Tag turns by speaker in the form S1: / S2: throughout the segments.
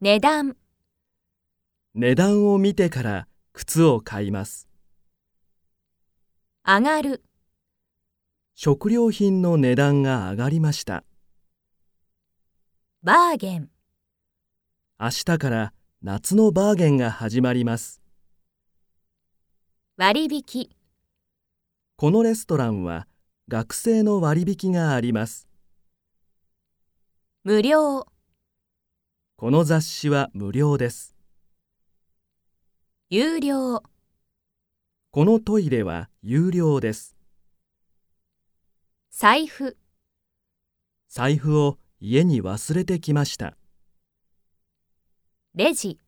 S1: 値段、
S2: 値段を見てから靴を買います。
S1: 上がる、
S2: 食料品の値段が上がりました。
S1: バーゲン、
S2: 明日から夏のバーゲンが始まります。
S1: 割引、
S2: このレストランは学生の割引があります。
S1: 無料、
S2: この雑誌は無料です。
S1: 有料、
S2: このトイレは有料です。
S1: 財布、
S2: 財布を家に忘れてきました。
S1: レジ、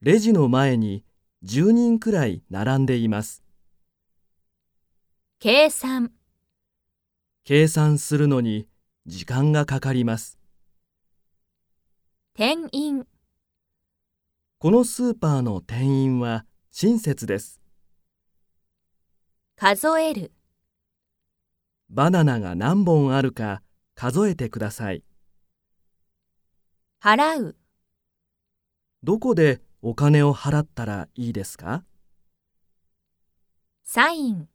S2: レジの前に10人くらい並んでいます。
S1: 計算、
S2: 計算するのに時間がかかります。
S1: 店員、
S2: このスーパーの店員は親切です。
S1: 数える、
S2: バナナが何本あるか数えてください。
S1: 払う、
S2: どこでお金を払ったらいいですか
S1: サイン、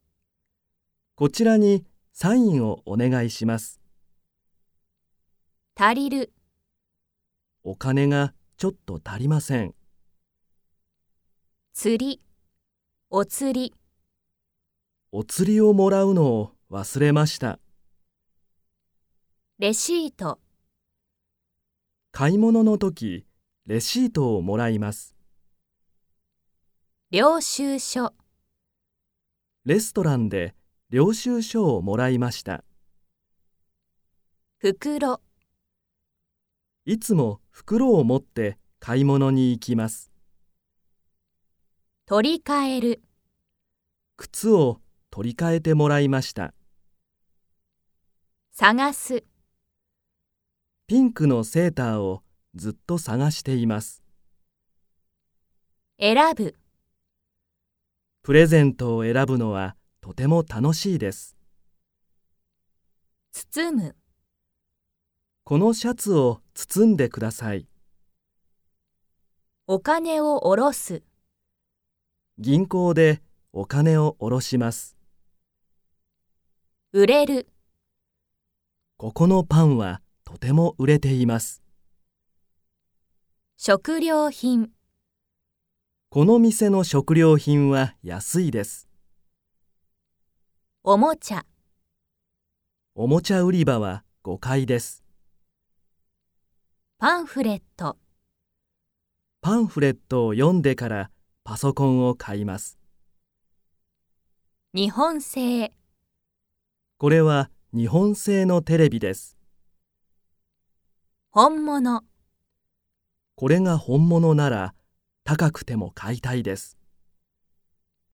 S2: こちらにサインをお願いします。
S1: 足りる、
S2: お金がちょっと足りません。
S1: 釣り、お釣り、
S2: お釣りをもらうのを忘れました。
S1: レシート、
S2: 買い物の時、レシートをもらいます。
S1: 領収書、
S2: レストランで領収書をもらいました。
S1: 袋、
S2: いつも袋を持って買い物に行きます。
S1: 取り替える、
S2: 靴を取り替えてもらいました。
S1: 探す、
S2: ピンクのセーターをずっと探しています。
S1: 選ぶ、
S2: プレゼントを選ぶのはとても楽しいです。
S1: 包む、
S2: このシャツを包んでください。
S1: お金を下ろす、
S2: 銀行でお金を下ろします。
S1: 売れる、
S2: ここのパンはとても売れています。
S1: 食料品、
S2: この店の食料品は安いです。
S1: おもちゃ、
S2: おもちゃ売り場は5階です。
S1: パンフレット、
S2: パンフレットを読んでからパソコンを買います。
S1: 日本製、
S2: これは日本製のテレビです。
S1: 本物。
S2: これが本物なら高くても買いたいです。